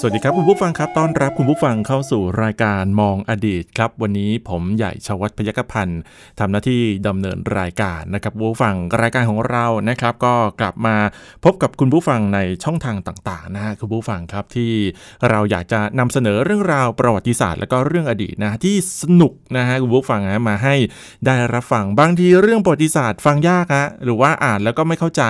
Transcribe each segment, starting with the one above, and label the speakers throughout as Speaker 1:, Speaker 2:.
Speaker 1: สวัสดีครับคุณผู้ฟังครับต้อนรับคุณผู้ฟังเข้าสู่รายการมองอดีตครับวันนี้ผมใหญ่ชวัฒน์พยัคฆพันธ์ทำหน้าที่ดำเนินรายการนะครับคุณผู้ฟังรายการของเรานะครับ ก็กลับมาพบกับคุณผู้ฟังในช่องทางต่างๆนะฮะคุณผู้ฟังครับที่เราอยากจะนำเสนอเรื่องราวประวัติศาสตร์ และก็เรื่องอดีตนะที่สนุกนะฮะคุณผู้ฟังฮะมาให้ได้รับฟังบางทีเรื่องประวัติศาสตร์ฟังยากฮะหรือว่าอ่านแล้วก็ไม่เข้าใจ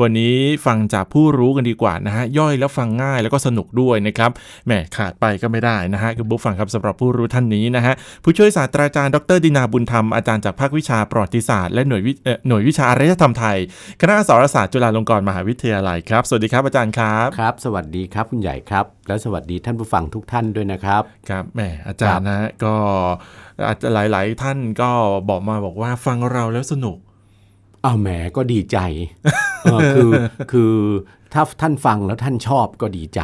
Speaker 1: วันนี้ฟังจากผู้รู้กันดีกว่านะฮะย่อยแล้วฟังง่ายแล้วก็สนุกด้วยนะครับแหมขาดไปก็ไม่ได้นะฮะคุณผู้ฟังครับสำหรับผู้รู้ท่านนี้นะฮะผู้ช่วยศาสตราจารย์ดรดินาบุญธรรมอาจารย์จากภาควิชาประวัติศาสตร์และหน่วยวิเอ่อหน่วยวิชาอารยธรรมไทยคณะอักษรศาสตร์จุฬาลงกรณ์มหาวิทยาลัยครับสวัสดีครับอาจารย์ครับ
Speaker 2: ครับ สวัสดีครับคุณใหญ่ครับ แล้วสวัสดีท่านผู้ฟังทุกท่านด้วยนะครับ
Speaker 1: ครับแหมอาจารย์นะฮะก็อาจจะหลายๆ ท่านก็บอกมาบอกว่าฟังเราแล้วสนุก
Speaker 2: เอาวแหมก็ดีใจ เออคือคือถ้าท่านฟังแล้วท่านชอบก็ดีใจ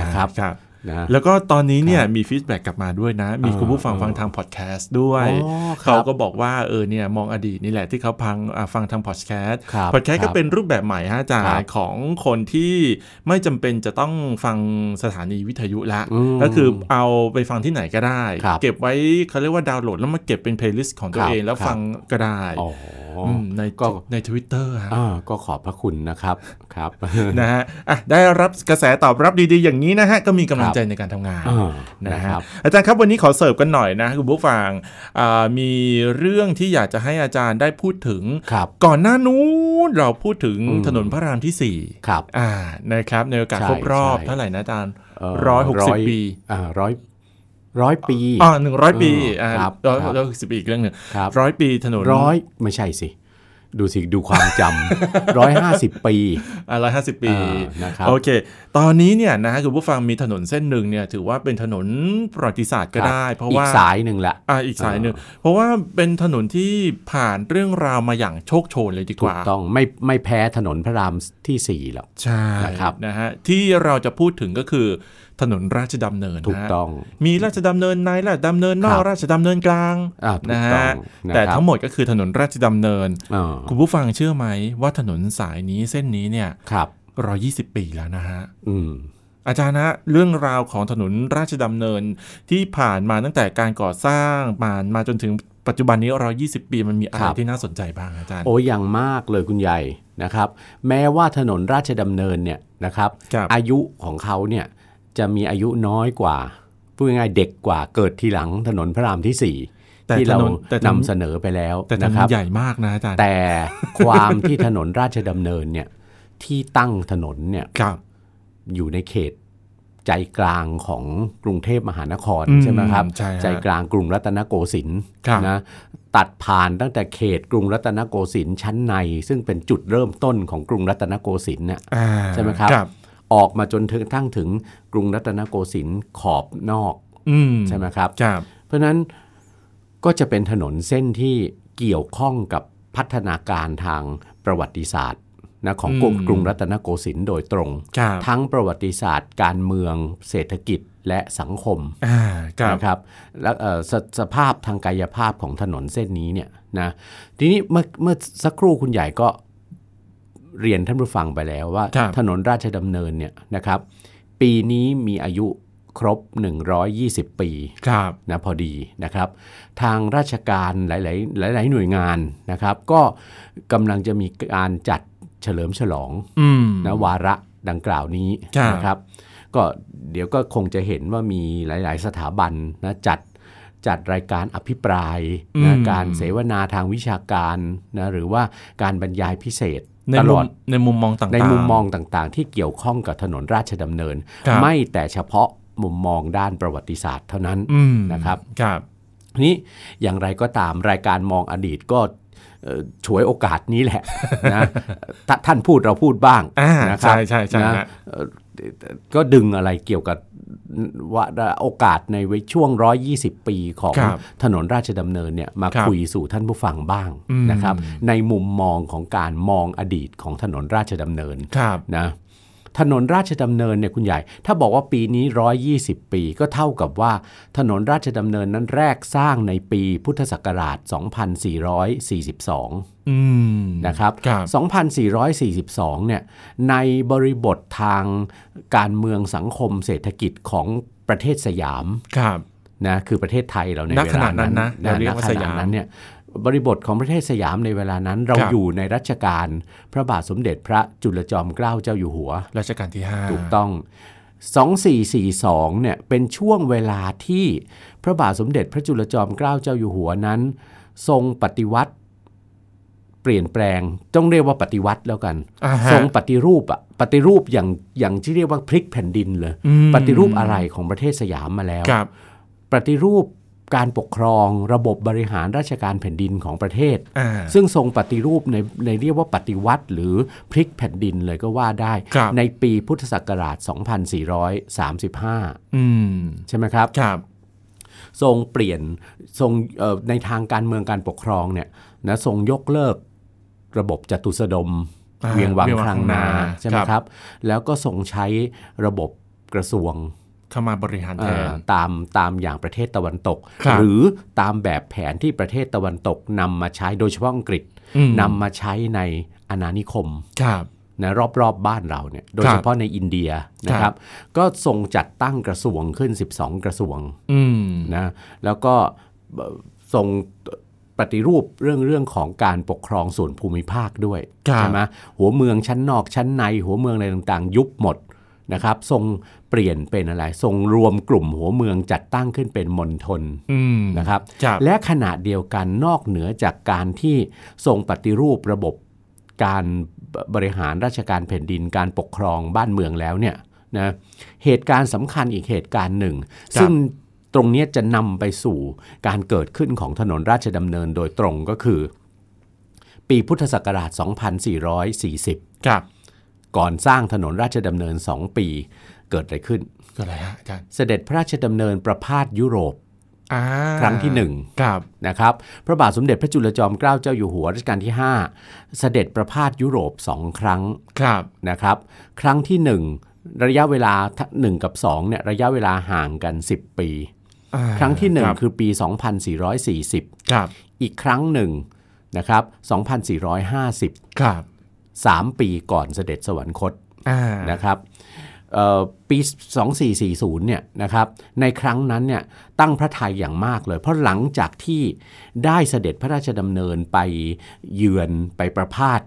Speaker 2: นะครับนะ
Speaker 1: แล้วก็ตอนนี้เนี่ยมีฟีดแบ็กกลับมาด้วยนะ มีคุณผู้ฟัง
Speaker 2: เออ
Speaker 1: ฟังทางพอดแคสต์ด้วย
Speaker 2: อ๋อครับ
Speaker 1: เขาก็บอกว่าเออเนี่ยมองอดีตนี่แหละที่เขาพังอ่าฟังทางพอดแคสต์
Speaker 2: ครับ
Speaker 1: พอดแคสต์
Speaker 2: ครั
Speaker 1: ก็
Speaker 2: บ
Speaker 1: เป็นรูปแบบใหม่ฮะอาจาร
Speaker 2: ครั
Speaker 1: ย์
Speaker 2: บ
Speaker 1: ของคนที่ไม่จำเป็นจะต้องฟังสถานีวิทยุละ
Speaker 2: อืม
Speaker 1: ก็คือเอาไปฟังที่ไหนก็ได้
Speaker 2: ครับ
Speaker 1: เก็บไว้เขาเรียกว่าดาวน์โหลดแล้วมาเก็บเป็นเพลย์ลิสต์ของตัว
Speaker 2: ครับ
Speaker 1: เองแล้ว
Speaker 2: ครับ
Speaker 1: ฟังก็ได้
Speaker 2: อ๋ออ
Speaker 1: มใน
Speaker 2: ก็
Speaker 1: ในทวิตเตอร์ฮะ
Speaker 2: อ่าก็ขอบพระคุณนะครับครับ
Speaker 1: นะฮะอ่ะได้รับกระแสตอบรับดีๆ อย่างนี้นะฮะก็มีกำลัง
Speaker 2: ครับ
Speaker 1: ใจในการทำงาน
Speaker 2: อ่า
Speaker 1: นะ
Speaker 2: นะ
Speaker 1: ค
Speaker 2: ค
Speaker 1: รั
Speaker 2: รั
Speaker 1: บบ อาจารย์ครับวันนี้ขอเสิร์ฟกันหน่อยนะคุณผู้ฟังอ่ามีเรื่องที่อยากจะให้อาจารย์ได้พูดถึง
Speaker 2: ครับ
Speaker 1: ก่อนหน้านู้นเราพูดถึง
Speaker 2: อืม
Speaker 1: ถนนพระรามที่ 4
Speaker 2: ครับ
Speaker 1: อ่านะครับในโอกาส
Speaker 2: ใช่
Speaker 1: ครบรอบ
Speaker 2: ใช่
Speaker 1: เท่าไหร่นะอาจารย์
Speaker 2: เ
Speaker 1: ร้อยหกสิบปี
Speaker 2: อ่าร้อยร้อยปี
Speaker 1: อ่าหนึ่งร้อยปี
Speaker 2: อ่า
Speaker 1: อ่า
Speaker 2: ครับ
Speaker 1: ร้อย
Speaker 2: ครับ
Speaker 1: ร้อยหกสิบปีอีกเรื่องหนึ่ง
Speaker 2: ครับ
Speaker 1: ร้อยปีถนน
Speaker 2: ร้อยไม่ใช่สิ ดูสิดูความจำ ร้อยห้าสิบปี
Speaker 1: อ่าร้อยห้าสิบปี
Speaker 2: อ่านะครับ
Speaker 1: โอเค ตอนนี้เนี่ยนะคุณผู้ฟังมีถนนเส้นหนึ่งเนี่ยถือว่าเป็นถนนประวัติศาสตร์ก็
Speaker 2: ครับ
Speaker 1: ได้ เพราะ
Speaker 2: อี
Speaker 1: ว่า
Speaker 2: กสายหนึ่งละ
Speaker 1: อ่าอีกสายหนึ่งเพราะว่าเป็นถนนที่ผ่านเรื่องราวมาอย่างโชคโชนเลยดีก
Speaker 2: ถู
Speaker 1: ว่าก
Speaker 2: ต้องไม่ไม่แพ้ถนนพระรามที่สี่หรอก
Speaker 1: ใช่
Speaker 2: นะครับ
Speaker 1: นะฮะที่เราจะพูดถึงก็คือถนนราชดำเนินนะ
Speaker 2: ถูกต้อง
Speaker 1: มีราชดำเนินในราชดำเนินนอ
Speaker 2: ค
Speaker 1: ก
Speaker 2: รับ
Speaker 1: ราชดำเนินกลาง
Speaker 2: อ่าถูก
Speaker 1: นะ
Speaker 2: ต้อ
Speaker 1: ฮะ
Speaker 2: งนะครับ
Speaker 1: แต่ทั้งหมดก็คือถนนราชดำเนิน
Speaker 2: เออ
Speaker 1: คุณผู้ฟังเชื่อไหมว่าถนนสายนี้เส้นนี้เนี่ย
Speaker 2: ครับ
Speaker 1: ร้อยี่สิบปีแล้วนะฮะ
Speaker 2: อืม
Speaker 1: อาจารย์ฮะเรื่องราวของถนนราชดำเนินที่ผ่านมาตั้งแต่การก่อสร้างผ่านมาจนถึงปัจจุบันนี้ร้อยี่สิบปีมันมีอะไร
Speaker 2: ครับ
Speaker 1: ที่น่าสนใจบ้างอาจารย์
Speaker 2: โอ้อย่างมากเลยคุณใหญ่นะครับ แม้ว่าถนนราชดำเนินเนี่ยนะครับ
Speaker 1: ครับ
Speaker 2: อายุของเขาเนี่ยจะมีอายุน้อยกว่าพูดง่ายๆเด็กกว่าเกิดทีหลังถนนพระรามที่สี่
Speaker 1: แต่
Speaker 2: ที่เรา
Speaker 1: ถนนแต่ถนน
Speaker 2: นำเสนอไปแล้ว
Speaker 1: แต่ถ
Speaker 2: นะ
Speaker 1: น
Speaker 2: คนรับ
Speaker 1: ใหญ่มากนะอาจารย์
Speaker 2: แต่ความที่ถนนราชดำเนินเนี่ยที่ตั้งถนนเนี่ย
Speaker 1: ครับ
Speaker 2: อยู่ในเขตใจกลางของกรุงเทพมหานคร
Speaker 1: อืม
Speaker 2: ใช่ไหมครับ
Speaker 1: ใช่ฮะ
Speaker 2: ใจกลางกรุงรัตนโกสินทร์
Speaker 1: ครับ
Speaker 2: นะตัดผ่านตั้งแต่เขตกรุงรัตนโกสินทร์ชั้นใน ซึ่งเป็นจุดเริ่มต้นของกรุงรัตนโกสินทร์เนี่ย
Speaker 1: า
Speaker 2: ใช่ไหมครับ
Speaker 1: ครับ
Speaker 2: ออกมาจนถึงทั้งถึงกรุงรัตนโกสินทร์ขอบนอก
Speaker 1: อืม
Speaker 2: ใช่ไหมครับ
Speaker 1: ครับ
Speaker 2: เพราะฉะนั้นก็จะเป็นถนนเส้นที่เกี่ยวข้องกับพัฒนาการทางประวัติศาสตร์นะของกรุง
Speaker 1: อืม
Speaker 2: กรุงรัตนโกสินทร์โดยตรง
Speaker 1: ครับ
Speaker 2: ทั้งประวัติศาสตร์การเมืองเศรษฐกิจและสังคม
Speaker 1: อ่าครับ
Speaker 2: นะครับและเอ่อสสภาพทางกายภาพของถนนเส้นนี้เนี่ยนะทีนี้เมื่อเมื่อสักครู่คุณใหญ่ก็เรียนท่านผู้ฟังไปแล้วว่า ถนนราชดำเนินเนี่ยนะครับ ปีนี้มีอายุครบ 120 ปี
Speaker 1: ครับ
Speaker 2: นะพอดีนะครับ ทางราชการหลาย ๆ หลาย ๆ หน่วยงานนะครับ ก็กำลังจะมีการจัดเฉลิมฉลอง
Speaker 1: อืม
Speaker 2: นะวาระดังกล่าวนี้
Speaker 1: ครับ
Speaker 2: นะครับ ก็เดี๋ยวก็คงจะเห็นว่ามีหลาย ๆ สถาบันนะจัดจัดรายการอภิปรายนะการเสวนาทางวิชาการนะหรือว่าการบรรยายพิเศษ
Speaker 1: ใน
Speaker 2: ตล
Speaker 1: มุ
Speaker 2: อ
Speaker 1: ม
Speaker 2: ด
Speaker 1: ในมุมมองต่างๆ
Speaker 2: ในมุมมองต่าง ๆ ที่เกี่ยวข้องกับถนนราชดำเนิน
Speaker 1: ครับ
Speaker 2: ไม่แต่เฉพาะมุมมองด้านประวัติศาสตร์เท่านั้น
Speaker 1: อืม
Speaker 2: นะครับ
Speaker 1: ครับ
Speaker 2: ทีนี้อย่างไรก็ตามรายการมองอดีตก็เอ่อฉวยโอกาสนี้แหละ นะถ้าท่านพูดเราพูดบ้าง
Speaker 1: อ่า
Speaker 2: นะครั
Speaker 1: ใช่
Speaker 2: บ
Speaker 1: ใช่ใช่
Speaker 2: นะ
Speaker 1: ฮะ
Speaker 2: เอ่อก็ดึงอะไรเกี่ยวกับ ว่าโอกาสในช่วง 120 ปีของ
Speaker 1: ครับ
Speaker 2: ถนนราชดำเนินเนี่ยมา
Speaker 1: ครับ
Speaker 2: คุยสู่ท่านผู้ฟังบ้าง
Speaker 1: อืม
Speaker 2: นะครับ ในมุมมองของการมองอดีตของถนนราชดำเนิน
Speaker 1: ครับ
Speaker 2: นะถนนราชดำเนินเนี่ยคุณใหญ่ ถ้าบอกว่าปีนี้ 120 ปีก็เท่ากับว่าถนนราชดำเนินนั้นแรกสร้างในปีพุทธศักราช 2442
Speaker 1: อืม
Speaker 2: นะครับ
Speaker 1: ครับ
Speaker 2: 2442 เนี่ยในบริบททางการเมืองสังคมเศรษฐกิจของประเทศสยาม
Speaker 1: ครับ
Speaker 2: นะคือประเทศไทยเราใน
Speaker 1: ณ
Speaker 2: เว
Speaker 1: ข
Speaker 2: ลา
Speaker 1: ณะนั้
Speaker 2: นั้นน
Speaker 1: นะเราเรียกว่า
Speaker 2: ณ
Speaker 1: ส
Speaker 2: ข
Speaker 1: ยาม
Speaker 2: ณะนั้นเนี่ยบริบทของประเทศสยามในเวลานั้นเรา
Speaker 1: ครับ
Speaker 2: อยู่ในรัชกาลพระบาทสมเด็จพระจุลจอมเกล้าเจ้าอยู่หัว
Speaker 1: รัชกาลที่ห้า
Speaker 2: ถูกต้อง 2442 เนี่ย เป็นช่วงเวลาที่พระบาทสมเด็จพระจุลจอมเกล้าเจ้าอยู่หัวนั้น ทรงปฏิวัติ เปลี่ยนแปลง ต้องเรียกว่าปฏิวัติแล้วกัน
Speaker 1: อ่าฮะ
Speaker 2: ทรงปฏิรูปอะปฏิรูปอย่างอย่างที่เรียกว่าพลิกแผ่นดินเลย
Speaker 1: อืม
Speaker 2: ปฏิรูปอะไรของประเทศสยามมาแล้ว
Speaker 1: ครับ
Speaker 2: ปฏิรูปการปกครอง ระบบบริหารราชการแผ่นดินของประเทศ
Speaker 1: อ่า
Speaker 2: ซึ่งทรงปฏิรูปในในเรียกว่าปฏิวัติ หรือพลิกแผ่นดินเลยก็ว่าได้
Speaker 1: ครับ
Speaker 2: ในปีพุทธศักราช 2435
Speaker 1: อืม
Speaker 2: ใช่ไหมครับ
Speaker 1: ครับ
Speaker 2: ทรงเปลี่ยนทรงเอ่อในทางการเมืองการปกครองเนี่ยนะทรงยกเลิกระบบจตุสดม
Speaker 1: อ่า
Speaker 2: เวียงวัง
Speaker 1: เวียงวัง
Speaker 2: คลังนา
Speaker 1: คลังนา
Speaker 2: ใช่ไหม
Speaker 1: ครับ
Speaker 2: ครับ แล้วก็ทรงใช้ระบบกระทรวง
Speaker 1: เข้ามาบริหารแท
Speaker 2: เอ่อน ตามตามอย่างประเทศตะวันตก
Speaker 1: ครับ
Speaker 2: หรือตามแบบแผนที่ประเทศตะวันตกนำมาใช้โดยเฉพาะอังกฤษ
Speaker 1: อืม
Speaker 2: นำมาใช้ในอาณานิคม
Speaker 1: ครับ
Speaker 2: นะรอบๆบบ้านเราเนี่ยโดยเฉพาะในอินเดียนะค
Speaker 1: ครั
Speaker 2: รับ บ ก็ทรงจัดตั้งกระทรวงขึ้น 12 กระทรวง
Speaker 1: อืม
Speaker 2: นะแล้วก็เอ่อทรงปฏิรูปเรื่องเรื่องของการปกครองส่วนภูมิภาคด้วย
Speaker 1: ครับ
Speaker 2: ใช่ไหมหัวเมืองชั้นนอกชั้นใน หัวเมืองอะไรต่างๆ ยุบหมดนะครับ ทรงเปลี่ยนเป็นอะไร ทรงรวมกลุ่มหัวเมืองจัดตั้งขึ้นเป็นมณฑล
Speaker 1: อืม
Speaker 2: นะครับ
Speaker 1: ครับ
Speaker 2: และขณะเดียวกันนอกเหนือจากการที่ทรงปฏิรูประบบการบบริหารราชการแผ่นดินการปกครองบ้านเมืองแล้วเนี่ยนะเหตุการณ์สำคัญอีกเหตุการณ์หนึ่ง ซึ่งตรงเนี้ยจะนำไปสู่การเกิดขึ้นของถนนราชดำเนินโดยตรงก็คือ ปีพุทธศักราช 2440
Speaker 1: ครับ
Speaker 2: ก่อนสร้างถนนราชดำเนิน 2 ปี เกิดอะไรขึ้น
Speaker 1: ก็อะไรฮะอาจารย์
Speaker 2: เสด็จพระราชดำเนินประพาสยุโรป
Speaker 1: อ่า
Speaker 2: ครั้งที่หนึ่ง
Speaker 1: ครับ
Speaker 2: นะครับพระบาทสมเด็จพระจุลจอมเกล้าเจ้าอยู่หัวรัชกาลที่ 5 เสด็จประพาสยุโรป 2 ครั้ง
Speaker 1: ครับ
Speaker 2: นะครับ ครั้งที่ 1 ระยะเวลา 1 กับ2เนี่ยระยะเวลาห่างกัน 10 ปี
Speaker 1: อ่า
Speaker 2: ครั้งที่
Speaker 1: รับ
Speaker 2: 1 คือปี 2440
Speaker 1: ครับ
Speaker 2: อีกครั้งหนึ่งนะครับ2450
Speaker 1: ครับ
Speaker 2: 3 ปีก่อนเสด็จสวรรคต
Speaker 1: อ่า
Speaker 2: นะครับเอ่อปี 2440เนี่ยนะครับในครั้งนั้นเนี่ยตั้งพระทัยอย่างมากเลย เพราะหลังจากที่ได้เสด็จพระราชดำเนินไปเยือนไปประพาส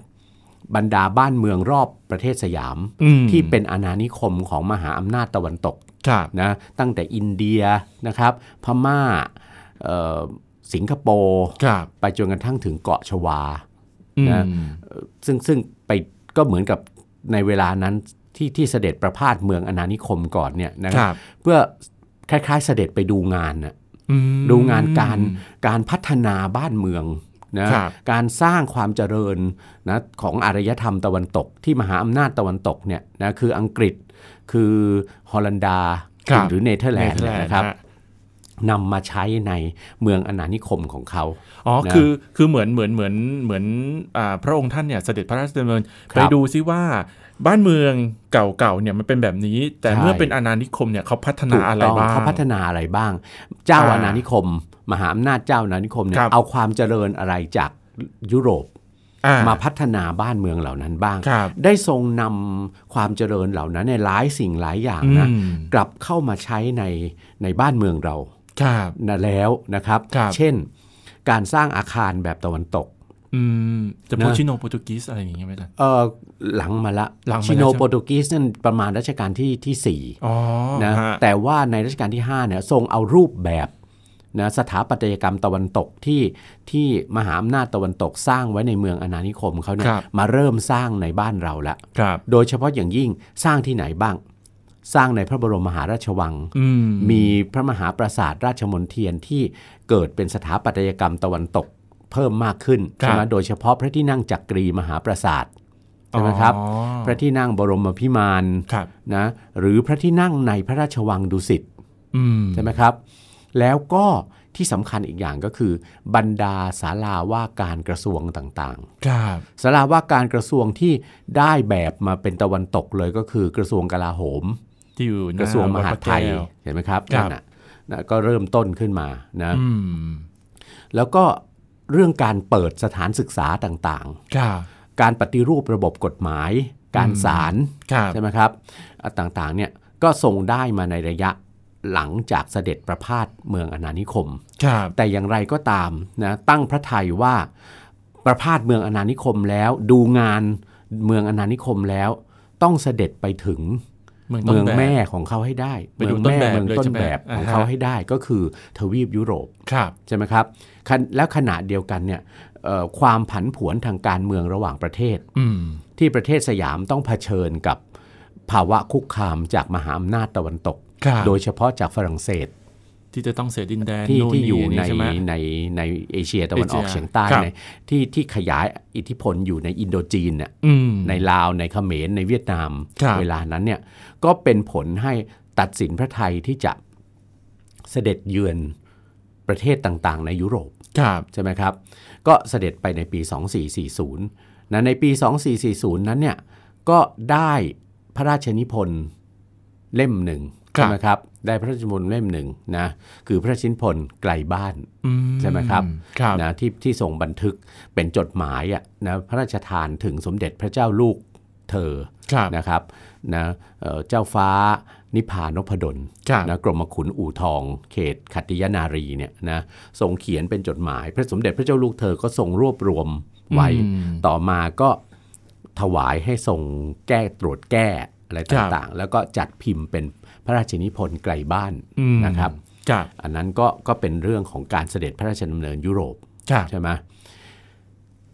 Speaker 2: บรรดาบ้านเมืองรอบประเทศสยาม
Speaker 1: อืม
Speaker 2: ที่เป็นอาณานิคมของมหาอำนาจตะวันตก
Speaker 1: ครับ
Speaker 2: นะตั้งแต่อินเดียนะครับพม่าเอ่อสิงคโปร์
Speaker 1: ครับ
Speaker 2: ไปจนกระทั่งถึงเกาะชวา
Speaker 1: อืม
Speaker 2: นะ ซึ่งซึ่งไปก็เหมือนกับในเวลานั้นที่ที่เสด็จประพาสเมืองอนานิคมก่อนเนี่ยนะ
Speaker 1: ค
Speaker 2: ค
Speaker 1: รั
Speaker 2: รับบ เพื่อคล้ายๆเสด็จไปดูงานนะ
Speaker 1: อืม
Speaker 2: ดูงานการการพัฒนาบ้านเมืองนะครับ การสร้างความเจริญนะของอารยธรรมตะวันตก ที่มหาอำนาจตะวันตกเนี่ยนะคืออังกฤษคือฮอลันดา
Speaker 1: ครับ
Speaker 2: หรือเนเธอร์แลนด์
Speaker 1: เธอ
Speaker 2: เนี่ย
Speaker 1: แล
Speaker 2: นะครับ
Speaker 1: ฮะ
Speaker 2: นำมาใช้ในเมืองอนานิคมของเขา
Speaker 1: อ๋อ
Speaker 2: นะ
Speaker 1: คือ คือ เหมือน เหมือน เหมือน เหมือนอ่าพระองค์ท่าน เนี่ย เสด็จพระราชดำเนิน
Speaker 2: ครับ
Speaker 1: ไปดูซิว่า บ้านเมืองเก่าๆ เนี่ย มันเป็นแบบนี้ แต่
Speaker 2: ใช่
Speaker 1: เมื่อเป็นอาณานิคม เนี่ยเขาพัฒนา
Speaker 2: ถูก
Speaker 1: อะไร
Speaker 2: ต้อง
Speaker 1: บ้าง
Speaker 2: เขาพัฒนาอะไรบ้าง เจ้า
Speaker 1: อ่า
Speaker 2: อาณานิคม มหาอำนาจเจ้าอาณานิคมเนี่
Speaker 1: ครั
Speaker 2: ย
Speaker 1: บ
Speaker 2: เอาความเจริญอะไรจากยุโรป
Speaker 1: อ่
Speaker 2: มาพัฒนาบ้านเมืองเหล่านั้นบ้าง
Speaker 1: ครับ
Speaker 2: ได้ทรงนำความเจริญเหล่านั้นในยหลายสิ่งหลายอย่างนะ
Speaker 1: อืม
Speaker 2: กลับเข้ามาใช้ในในบ้านเมืองเรา
Speaker 1: ครับ
Speaker 2: นะแล้วนะครับ
Speaker 1: ครับ
Speaker 2: เช่น การสร้างอาคารแบบตะวันตก
Speaker 1: อืมจะ
Speaker 2: นะ
Speaker 1: พูดชิโนโปรตุกีสอะไรอย่างเงี้ยไหมอาจารย์
Speaker 2: เออหลังมาละ
Speaker 1: หลังมาแล้ว
Speaker 2: ชิโน
Speaker 1: ใช่ไหม
Speaker 2: โปรตุกีสนั่นประมาณรัชกาลที่ที่สี่
Speaker 1: อ๋อ
Speaker 2: นะ
Speaker 1: ฮะ
Speaker 2: แต่ว่าในรัชกาลที่5เนี่ยทรงเอารูปแบบนะสถาปัตยกรรมตะวันตกที่ที่มหาอำนาจตะวันตกสร้างไว้ในเมืองอาณานิคมเขาเนี่ยมาเริ่มสร้างในบ้านเราละ
Speaker 1: ครับ
Speaker 2: โดยเฉพาะอย่างยิ่งสร้างที่ไหนบ้าง สร้างในพระบรมมหาราชวัง
Speaker 1: อืม
Speaker 2: มีพระมหาปราสาทราชมนเทียนที่เกิดเป็นสถาปัตยกรรมตะวันตกเพิ่มมากขึ้น
Speaker 1: ครับ
Speaker 2: ใช่ไหมโดยเฉพาะพระที่นั่งจักรีมหาปราสาท ใช่ไหมครับ
Speaker 1: อ๋อ
Speaker 2: พระที่นั่งบรมพิมาน
Speaker 1: ครับ
Speaker 2: นะหรือพระที่นั่งในพระราชวังดุสิต
Speaker 1: อืม
Speaker 2: ใช่ไหมครับ แล้วก็ที่สำคัญอีกอย่างก็คือ บรรดาศาลาว่าการกระทรวงต่าง
Speaker 1: ครับ
Speaker 2: ๆศาลาว่าการกระทรวงที่ได้แบบมาเป็นตะวันตกเลยก็คือกระทรวงกลาโหม
Speaker 1: ที่อยู่น้
Speaker 2: กระทรวงมหาดไทย
Speaker 1: วัดพระแก้ว
Speaker 2: เห็นไหมครับ
Speaker 1: ครั
Speaker 2: นั่
Speaker 1: บ
Speaker 2: นน่ะนะก็เริ่มต้นขึ้นมานะ
Speaker 1: อืม
Speaker 2: แล้วก็เรื่องการเปิดสถานศึกษาต่าง
Speaker 1: ครับ
Speaker 2: ๆ การปฏิรูประบบกฎหมาย การ
Speaker 1: อืม
Speaker 2: ศาล
Speaker 1: ครับ
Speaker 2: ใช่ไหมครับอ่ะต่างๆเนี่ยก็ทรงได้มาในระยะหลังจากเสด็จประพาสเมืองอนานิคม
Speaker 1: ครับ
Speaker 2: แต่อย่างไรก็ตามนะตั้งพระไทยว่าประพาสเมืองอนานิคมแล้วดูงานเมืองอนานิคมแล้ว ต้องเสด็จไปถึง
Speaker 1: ต้น
Speaker 2: เมือง
Speaker 1: บบ
Speaker 2: แม่ของเขาให้ได้
Speaker 1: ไปดูต้นแบบ
Speaker 2: เมือง
Speaker 1: เลย
Speaker 2: ต้
Speaker 1: ใช่
Speaker 2: น
Speaker 1: ไหม
Speaker 2: แบบของ
Speaker 1: อ่าฮะ
Speaker 2: เขาให้ได้ก็คือทวีปยุโรป
Speaker 1: ครับ
Speaker 2: ใช่ไหมครับคันแล้วขณะเดียวกันเนี่ยเอ่อความผันผวนทางการเมืองระหว่างประเทศ
Speaker 1: อืม
Speaker 2: ที่ประเทศสยามต้องเผชิญกับภาวะคุกคามจากมหาอำนาจตะวันตก
Speaker 1: ครับ
Speaker 2: โดยเฉพาะจากฝรั่งเศส
Speaker 1: ที่จะต้องเสียดินแดน
Speaker 2: ที่
Speaker 1: นู่น
Speaker 2: ที่อยู่
Speaker 1: นี่
Speaker 2: ใน
Speaker 1: ช่ไหม
Speaker 2: ในในเอเชียตะวันออก
Speaker 1: เอเชีย
Speaker 2: เฉียงใต้
Speaker 1: ครับ
Speaker 2: ในที่ที่ขยายอิทธิพลอยู่ในอินโดจีนน่ะ
Speaker 1: อืม
Speaker 2: ในลาวในเขมรในเวียดนาม
Speaker 1: ครับ
Speaker 2: เวลานั้นเนี่ยก็เป็นผลให้ตัดสินพระไทยที่จะเสด็จเยือนประเทศต่างๆ ในยุโรป
Speaker 1: ครับ
Speaker 2: ใช่ไหมครับ ก็เสด็จไปในปี 2440 นะ ในปี 2440 นั้นเนี่ย ก็ได้พระราชนิพนธ์เล่มหนึ่ง
Speaker 1: ครั
Speaker 2: ใช่
Speaker 1: บ
Speaker 2: ไหมครับ ได้พระราชนิพนธ์เล่มหนึ่งนะ คือพระราชนิพนธ์ไกลบ้าน
Speaker 1: อื
Speaker 2: ใช่ไหมครับ
Speaker 1: ครับ
Speaker 2: นะที่ที่ส่งบันทึกเป็นจดหมายอะนะพระราชทานถึงสมเด็จพระเจ้าลูกเธอ
Speaker 1: ครับ
Speaker 2: นะครับนะเอ่อเจ้าฟ้านิพพานพดล
Speaker 1: ครับ
Speaker 2: นะกรมขุนอู่ทอง เขตขัตติยนารีเนี่ยนะทรงเขียนเป็นจดหมาย พระสมเด็จพระเจ้าลูกเธอก็ทรงรวบรวมไว้
Speaker 1: อืม
Speaker 2: ต่อมาก็ถวายให้ทรงแก้ตรวจแก้อะไรต่างๆ แล้วก็จัดพิมพ์เป็นพระราชนิพนธ์ไกลบ้าน
Speaker 1: อืม
Speaker 2: นะครับ
Speaker 1: ครับ
Speaker 2: อันนั้นก็ก็เป็นเรื่องของการเสด็จพระราชดำเนินยุโรป
Speaker 1: ครับ
Speaker 2: ใช่ไหม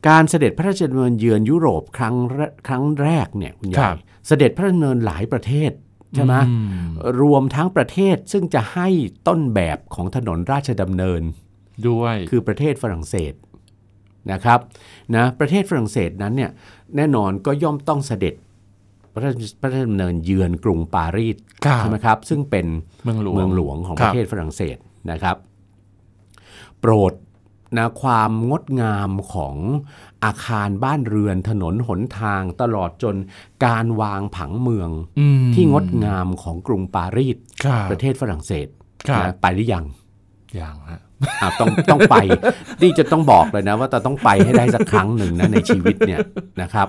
Speaker 2: การเสด็จพระราชดำเนินเยือนยุโรปครั้งแรครั้งแรกเนี่ยคุณ
Speaker 1: ค
Speaker 2: ยา
Speaker 1: รั
Speaker 2: ย
Speaker 1: บ
Speaker 2: เสด็จพระราชดำเนินหลายประเทศใช่ไหม
Speaker 1: อืม
Speaker 2: รวมทั้งประเทศซึ่งจะให้ต้นแบบของถนนราชดำเนิน
Speaker 1: ด้วย
Speaker 2: คือประเทศฝรั่งเศสนะครับนะประเทศฝรั่งเศสนั้นเนี่ยแน่นอนก็ย่อมต้องเสด็จพระราชพระราชดำเนินเยือนกรุงปารีส
Speaker 1: ครับ
Speaker 2: ใช่ไหมครับ ซึ่งเป็น
Speaker 1: เมืองหลวง
Speaker 2: เมืองหลวงของ
Speaker 1: ค
Speaker 2: ป
Speaker 1: รับ
Speaker 2: ระเทศฝรั่งเศสนะครับ โปรดนะความงดงามของอาคารบ้านเรือนถนนหนทางตลอดจนการวางผังเมือง
Speaker 1: อืม
Speaker 2: ที่งดงามของกรุงปารีส
Speaker 1: ครับ
Speaker 2: ประเทศฝรั่งเศส
Speaker 1: ครับ
Speaker 2: นะไปหรือยัง
Speaker 1: อย่างฮะ
Speaker 2: อ่ะต้องต้องไป นี่จะต้องบอกเลยนะ ว่าจะต้องไปให้ได้สักครั้งหนึ่งนะในชีวิตเนี่ยนะครับ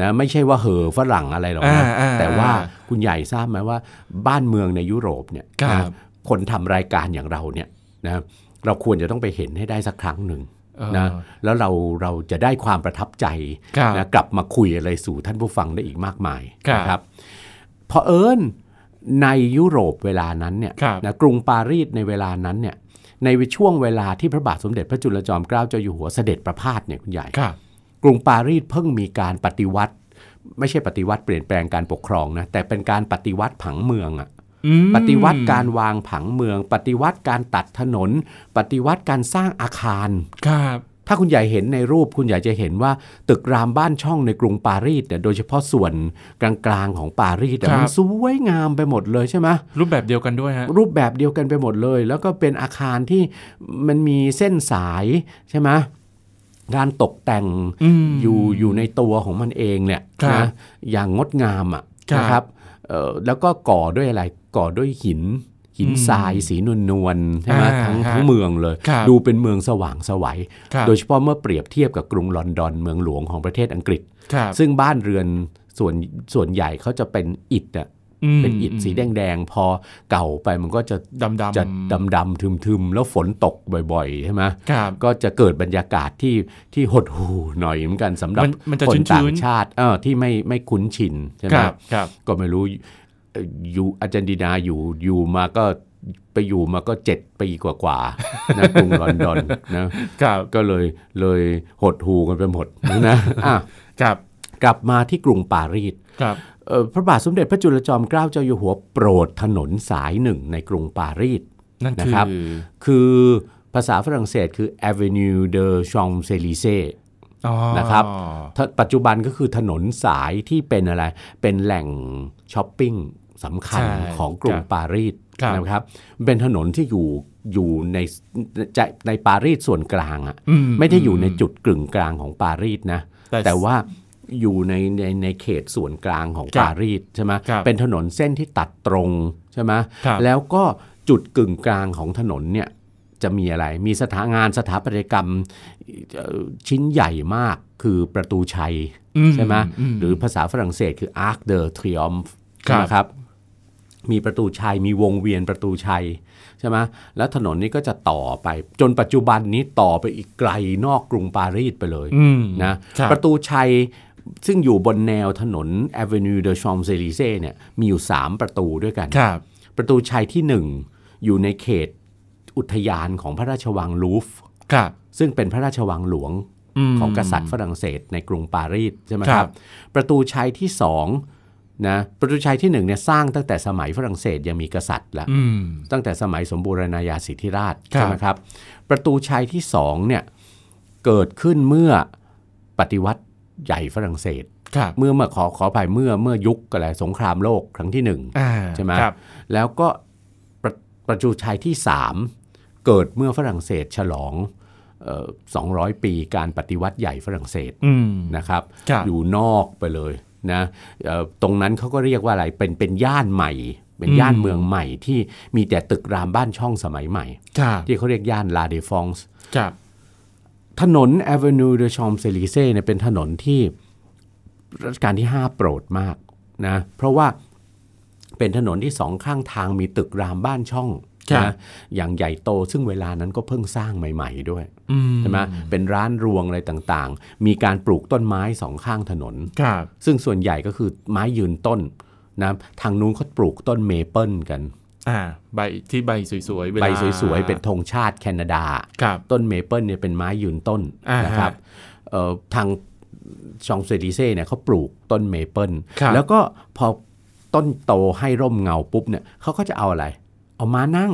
Speaker 2: นะไม่ใช่ว่าเห่อฝรั่งอะไรหรอกนะ
Speaker 1: อ่
Speaker 2: แต่ว่าคุณใหญ่ทราบไหมว่าบ้านเมืองในยุโรปเนี่ย
Speaker 1: ครั
Speaker 2: นะ
Speaker 1: บ
Speaker 2: คนทำรายการอย่างเราเนี่ยนะเราควรจะต้องไปเห็นให้ได้สักครั้งหนึ่ง
Speaker 1: เออ
Speaker 2: นะแล้วเราเราจะได้ความประทับใจ
Speaker 1: ครับ
Speaker 2: นะกลับมาคุยอะไรสู่ท่านผู้ฟังได้อีกมากมาย
Speaker 1: ครับ
Speaker 2: นะครับเพราะเอิญในยุโรปเวลานั้นเนี่ย
Speaker 1: ครับ
Speaker 2: นะกรุงปารีสในเวลานั้นเนี่ยในช่วงเวลาที่พระบาทสมเด็จพระจุลจอมเกล้าเจ้าอยู่หัวเสด็จประพาสเนี่ยคุณใหญ่
Speaker 1: ครับ
Speaker 2: กรุงปารีสเพิ่งมีการปฏิวัติ ไม่ใช่ปฏิวัติเปลี่ยนแปลงการปกครองนะแต่เป็นการปฏิวัติผังเมืองอะ
Speaker 1: อืม
Speaker 2: ปฏิวัติการวางผังเมือง ปฏิวัติการตัดถนน ปฏิวัติการสร้างอาคาร
Speaker 1: ครับ
Speaker 2: ถ้าคุณใหญ่เห็นในรูปคุณใหญ่จะเห็นว่าตึกรามบ้านช่องในกรุงปารีสเนี่ยโดยเฉพาะส่วนกลางๆของปารีสแต่
Speaker 1: ครับ
Speaker 2: มันสวยงามไปหมดเลยใช่ไหม
Speaker 1: รูปแบบเดียวกันด้วยฮะ
Speaker 2: รูปแบบเดียวกันไปหมดเลย แล้วก็เป็นอาคารที่มันมีเส้นสายใช่ไหมการตกแต่ง
Speaker 1: อืม
Speaker 2: อยู่อยู่ในตัวของมันเองเนี่ย
Speaker 1: ครับ
Speaker 2: นะอย่างงดงามอ่ะ
Speaker 1: ครับ
Speaker 2: นะครับเอ่อแล้วก็ก่อด้วยอะไรก่อด้วยหิน หิน
Speaker 1: อืม
Speaker 2: ทรายสีนวลนวลๆใช่ไหม
Speaker 1: อ่า
Speaker 2: ทั้ง
Speaker 1: ฮะ
Speaker 2: ทั้งเมืองเลย
Speaker 1: ครับ
Speaker 2: ดูเป็นเมืองสว่างไสวัย
Speaker 1: ครับ
Speaker 2: โดยเฉพาะเมื่อเปรียบเทียบกับกรุงลอนดอนเมืองหลวงของประเทศอังกฤษ
Speaker 1: ครับ
Speaker 2: ซึ่งบ้านเรือนส่วนส่วนใหญ่เขาจะเป็นอิฐอะ
Speaker 1: ม
Speaker 2: เป็นอิฐสีแดงๆพอเก่าไปมันก็จะ
Speaker 1: ดำดำ
Speaker 2: จะดำดำทึมทึมๆ แล้วฝนตกบ่อยๆ ใช่ไหม
Speaker 1: ครับ
Speaker 2: ก็จะเกิดบรรยากาศที่ที่หดหู่หน่อยเหมือนกันสำหรับ
Speaker 1: มันมันจะ
Speaker 2: คนต่า
Speaker 1: ชื้
Speaker 2: ง
Speaker 1: นๆ
Speaker 2: ชาติเออที่ไม่ไม่คุ้นชินใช่ไห
Speaker 1: ค
Speaker 2: ม
Speaker 1: รับครับ
Speaker 2: ก็ไม่รู้เอ่ออยู่อาจารย์ดีนาอยู่อยู่มาก็ไปอยู่มาก็เจ็ดปีกว่าๆ นะกรุงลอนดอนนะครับ ก็เลยเลยหดหูกันไปหมดนะอ่ะ
Speaker 1: ครับ
Speaker 2: กลับมาที่กรุงปารีส
Speaker 1: ครับ
Speaker 2: เอ่อพระบาทสมเด็จพระจุลจอมเกล้าเจ้าอยู่หัวโปรดถนนสายหนึ่งในกรุงปารีส
Speaker 1: นั่น
Speaker 2: นะ
Speaker 1: คือ
Speaker 2: ครับ คือภาษาฝรั่งเศสคือ Avenue de Champs-Élysées
Speaker 1: อ๋อ
Speaker 2: นะครับ ถ้าปัจจุบันก็คือถนนสายที่เป็นอะไร เป็นแหล่งช้อปปิ้งสำคัญ
Speaker 1: ใช่
Speaker 2: ของกรุ
Speaker 1: ค
Speaker 2: ง
Speaker 1: รับ
Speaker 2: ปารีส
Speaker 1: ครับ
Speaker 2: นะครับ เป็นถนนที่อยู่อยู่ในใจในปารีสส่วนกลางอะ
Speaker 1: อื
Speaker 2: ไม่ได้อยู่ในจุดกึ่งกลางของปารีสนะ
Speaker 1: แต่
Speaker 2: แต่ว่าอยู่ในในในเขตส่วนกลางของ
Speaker 1: ครับ
Speaker 2: ปารีสใช่ไหม
Speaker 1: ครับ
Speaker 2: เป็นถนนเส้นที่ตัดตรงใช่ไหม
Speaker 1: ครับ
Speaker 2: แล้วก็จุดกึ่งกลางของถนนเนี่ยจะมีอะไร มีสถางานสถาปัตยกรรมเอ่อชิ้นใหญ่มากคือประตูชัย
Speaker 1: อืม
Speaker 2: ใช่ไหม
Speaker 1: อืม
Speaker 2: หรือภาษาฝรั่งเศสคือ Arc de Triomphe
Speaker 1: ครับ
Speaker 2: นะครับ มีประตูชัยมีวงเวียนประตูชัยใช่ไหมแล้วถนนนี้ก็จะต่อไป จนปัจจุบันนี้ต่อไปอีกไกลนอกกรุงปารีสไปเลย
Speaker 1: อืม
Speaker 2: นะครับ ประตูชัยซึ่งอยู่บนแนวถนน Avenue de Champs Élysées เนี่ยมีอยู่ 3 ประตูด้วยกัน
Speaker 1: ครับ
Speaker 2: ประตูชัยที่ 1 อยู่ในเขตอุทยานของพระราชวังลูฟร์
Speaker 1: ครับ
Speaker 2: ซึ่งเป็นพระราชวังหลวง
Speaker 1: ม
Speaker 2: ของกษัตริย์ฝรั่งเศสในกรุงปารีสใช่ไหม
Speaker 1: ค
Speaker 2: ค
Speaker 1: รั
Speaker 2: รับ บ ประตูชัยที่สองนะประตูชัยที่หนึ่งเนี่ยสร้างตั้งแต่สมัยฝรั่งเศสยังมีกษัตริย์ละ
Speaker 1: อืม
Speaker 2: ตั้งแต่สมัยสมบูรณาญาสิทธิราช
Speaker 1: ครับ
Speaker 2: ใช่ไหมครับ ประตูชัยที่สองเนี่ยเกิดขึ้นเมื่อปฏิวัติใหญ่ฝรั่งเศส
Speaker 1: ครับ
Speaker 2: เมื่อมาขอขออภัยเมื่อเมื่อยุคอะไรสงครามโลกครั้งที่หนึ่ง
Speaker 1: อ่า
Speaker 2: ใช่ไหม
Speaker 1: ครับ
Speaker 2: แล้วก็ประประจูชัยที่ 3 เกิดเมื่อฝรั่งเศสฉลองเอ่อ200 ปีการปฏิวัติใหญ่ฝรั่งเศส
Speaker 1: อืม
Speaker 2: นะครับ
Speaker 1: ครับ
Speaker 2: อยู่นอกไปเลยนะเอ่อตรงนั้นเขาก็เรียกว่าอะไรเป็นเป็นย่านใหม่ เป็นย่าน
Speaker 1: อืม
Speaker 2: เมืองใหม่ที่มีแต่ตึกรามบ้านช่องสมัยใหม่
Speaker 1: ครับ
Speaker 2: ที่เขาเรียกย่านลาเดฟองส์
Speaker 1: ครับ
Speaker 2: ถนน Avenue de Champs Élysées เนี่ยเป็นถนนที่รัชกาลที่ 5 โปรดมากนะเพราะว่าเป็นถนนที่สองข้างทางมีตึกรามบ้านช่อง
Speaker 1: ครับ
Speaker 2: นะอย่างใหญ่โตซึ่งเวลานั้นก็เพิ่งสร้างใหม่ ๆ ด้วย
Speaker 1: อืม
Speaker 2: ใช่ไหมเป็นร้านรวงอะไรต่างๆ มีการปลูกต้นไม้สองข้างถนน
Speaker 1: ครับ
Speaker 2: ซึ่งส่วนใหญ่ก็คือไม้ยืนต้นนะทางนู้นเขาปลูกต้นเมเปิลกัน
Speaker 1: อ่า ใบที่ใบสวยๆเวลา
Speaker 2: ใบสวยๆ เป็นธงชาติแคนาดา
Speaker 1: ครับ
Speaker 2: ต้นเมเปิลเนี่ยเป็นไม้ยืนต้น
Speaker 1: อ่าฮะ
Speaker 2: นะครับเอ่อทางชองเซดิเซ่เนี่ยเขาปลูกต้นเมเปิล
Speaker 1: ครับ
Speaker 2: แล้วก็พอต้นโตให้ร่มเงาปุ๊บเนี่ยเขาก็จะเอาอะไร เอาม้านั่ง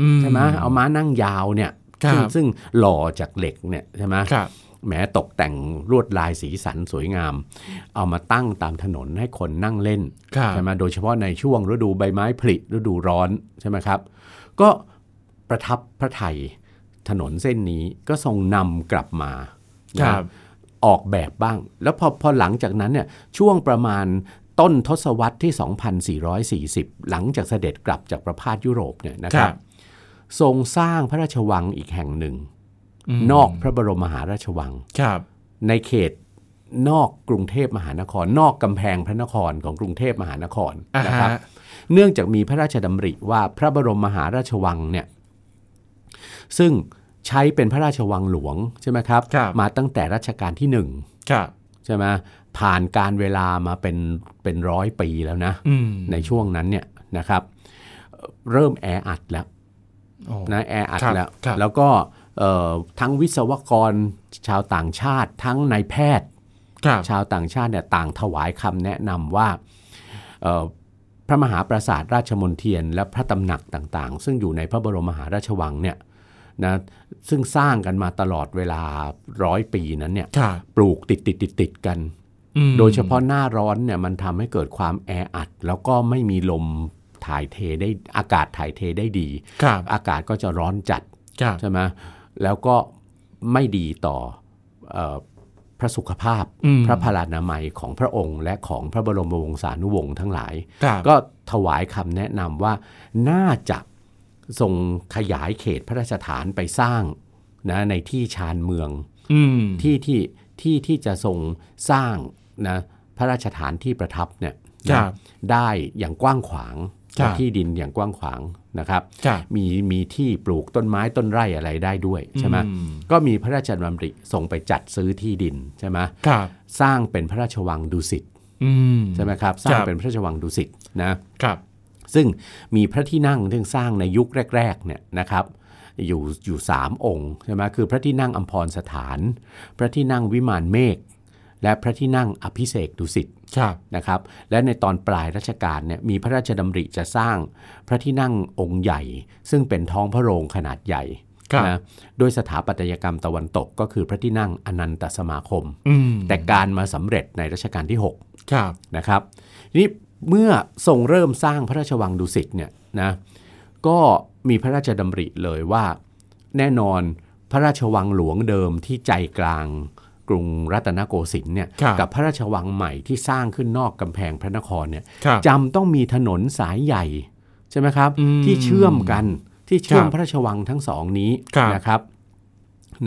Speaker 1: อื
Speaker 2: ใช่ไหมเอาม้านั่งยาวเนี่ย
Speaker 1: ครับ
Speaker 2: ซึ่งซึ่งหล่อจากเหล็กเนี่ยใช่ไหม
Speaker 1: ครับ
Speaker 2: แหมตกแต่งลวดลายสีสันสวยงาม เอามาตั้งตามถนนให้คนนั่งเล่น
Speaker 1: ครับ
Speaker 2: ใช่ไหมโดยเฉพาะในช่วงฤดูใบไม้ผลิฤดูร้อนใช่ไหมครับ ก็ประทับพระไทยถนนเส้นนี้ก็ทรงนำกลับมา
Speaker 1: ค
Speaker 2: นะ
Speaker 1: รับ
Speaker 2: ออกแบบบ้าง แล้วพอพอหลังจากนั้นเนี่ยช่วงประมาณต้นทศวรรษที่ 2440 หลังจากเสด็จกลับจากประพาสยุโรปเนี่ยนะค
Speaker 1: ครั
Speaker 2: รับ
Speaker 1: บ
Speaker 2: ทรงสร้างพระราชวังอีกแห่งหนึ่ง
Speaker 1: ม
Speaker 2: นอกพระบรมมหาราชวัง
Speaker 1: ครับ
Speaker 2: ในเขตนอกกรุงเทพมหานคร นอกกำแพงพระนครของกรุงเทพมหานคร
Speaker 1: อ่าฮะ
Speaker 2: นะครับ เนื่องจากมีพระราชดำริว่าพระบรมมหาราชวังเนี่ยซึ่งใช้เป็นพระราชวังหลวงใช่ไหมครับ
Speaker 1: ครับ
Speaker 2: มาตั้งแต่รัชกาลที่หนึ่ง
Speaker 1: ครับ
Speaker 2: ใช่ไหมผ่านการเวลามาเป็นเป็นร้อยปีแล้วนะ
Speaker 1: อืม
Speaker 2: ในช่วงนั้นเนี่ยนะครับเอ่อเริ่มแออัดแล้ว
Speaker 1: โอ้
Speaker 2: นะแออัด
Speaker 1: ครับ
Speaker 2: แล้ว
Speaker 1: ครับ
Speaker 2: แล้วก็เอ่อทั้งวิศวกรชาวต่างชาติ ทั้งนายแพทย์
Speaker 1: ครับ
Speaker 2: ชาวต่างชาติเนี่ยต่างถวายคำแนะนำว่าเอ่อพระมหาปราสาทราชมนเทียน และพระตำหนักต่างๆ ซึ่งอยู่ในพระบรมมหาราชวังเนี่ยนะซึ่งสร้างกันมาตลอดเวลาร้อยปีนั้นเนี่ย
Speaker 1: ครับ
Speaker 2: ปลูกติดติดติดติดๆกัน
Speaker 1: อืม
Speaker 2: โดยเฉพาะหน้าร้อนเนี่ยมันทำให้เกิดความแออัด แล้วก็ไม่มีลมถ่ายเทได้อากาศถ่ายเทได้ดี
Speaker 1: ครับ
Speaker 2: อากาศก็จะร้อนจัด
Speaker 1: ครับ
Speaker 2: ใช่ไหมแล้วก็ไม่ดีต่อเออพระสุขภาพ
Speaker 1: อืม
Speaker 2: พระพลานามัยของพระองค์ และของพระบรมวงศานุวงศ์ทั้งหลาย
Speaker 1: ครับ
Speaker 2: ก็ถวายคำแนะนำว่าน่าจะทรงขยายเขตพระราชฐานไปสร้างนะในที่ชานเมือง
Speaker 1: อืม
Speaker 2: ที่ที่ที่ที่จะทรงสร้างนะพระราชฐานที่ประทับเนี่ย
Speaker 1: ค
Speaker 2: นะ
Speaker 1: รับ
Speaker 2: ได้อย่างกว้างขวาง
Speaker 1: ครับ
Speaker 2: ที่ดินอย่างกว้างขวางนะครับ
Speaker 1: ครับ
Speaker 2: มีมีที่ปลูกต้นไม้ต้นไร่อะไรได้ด้วยใช่ไหม
Speaker 1: อืม
Speaker 2: ก็มีพระราชดำริส่งไปจัดซื้อที่ดินใช่ไหม
Speaker 1: ครับ
Speaker 2: สร้างเป็นพระราชวังดุสิต
Speaker 1: อืม
Speaker 2: ใช่ไหมครับ สร้าง
Speaker 1: ครับ
Speaker 2: เป็นพระราชวังดุสิตนะครับ ซึ่งมีพระที่นั่งที่สร้างในยุคแรกๆเนี่ยนะครับอยู่อยู่สามองค์ใช่ไหมคือพระที่นั่งอัมพรสถาน พระที่นั่งวิมานเมฆและพระที่นั่งอภิเษกดุสิต
Speaker 1: ครับ
Speaker 2: นะครับและในตอนปลายรัชกาลเนี่ยมีพระราชดำริจะสร้างพระที่นั่งองค์ใหญ่ ซึ่งเป็นท้องพระโรงขนาดใหญ่
Speaker 1: ครับ
Speaker 2: นะโดยสถาปัตยกรรมตะวันตกก็คือพระที่นั่งอนันตสมาคม
Speaker 1: อืม
Speaker 2: แต่การมาสำเร็จในรัชกาลที่ 6
Speaker 1: ครับ
Speaker 2: นะครับนี่เมื่อทรงเริ่มสร้างพระราชวังดุสิตเนี่ยนะก็มีพระราชดำริเลยว่าแน่นอนพระราชวังหลวงเดิมที่ใจกลางกรุงรัตนโกสินทร์เนี่ย
Speaker 1: ครับ
Speaker 2: กับพระราชวังใหม่ที่สร้างขึ้นนอกกำแพงพระนครเนี่ย
Speaker 1: ครับ
Speaker 2: จำต้องมีถนนสายใหญ่ใช่ไหมครับ
Speaker 1: อืม
Speaker 2: ที่เชื่อมกันที่เชื่อม
Speaker 1: ครับ
Speaker 2: พระราชวังทั้งสองนี้
Speaker 1: ครับ
Speaker 2: นะครับ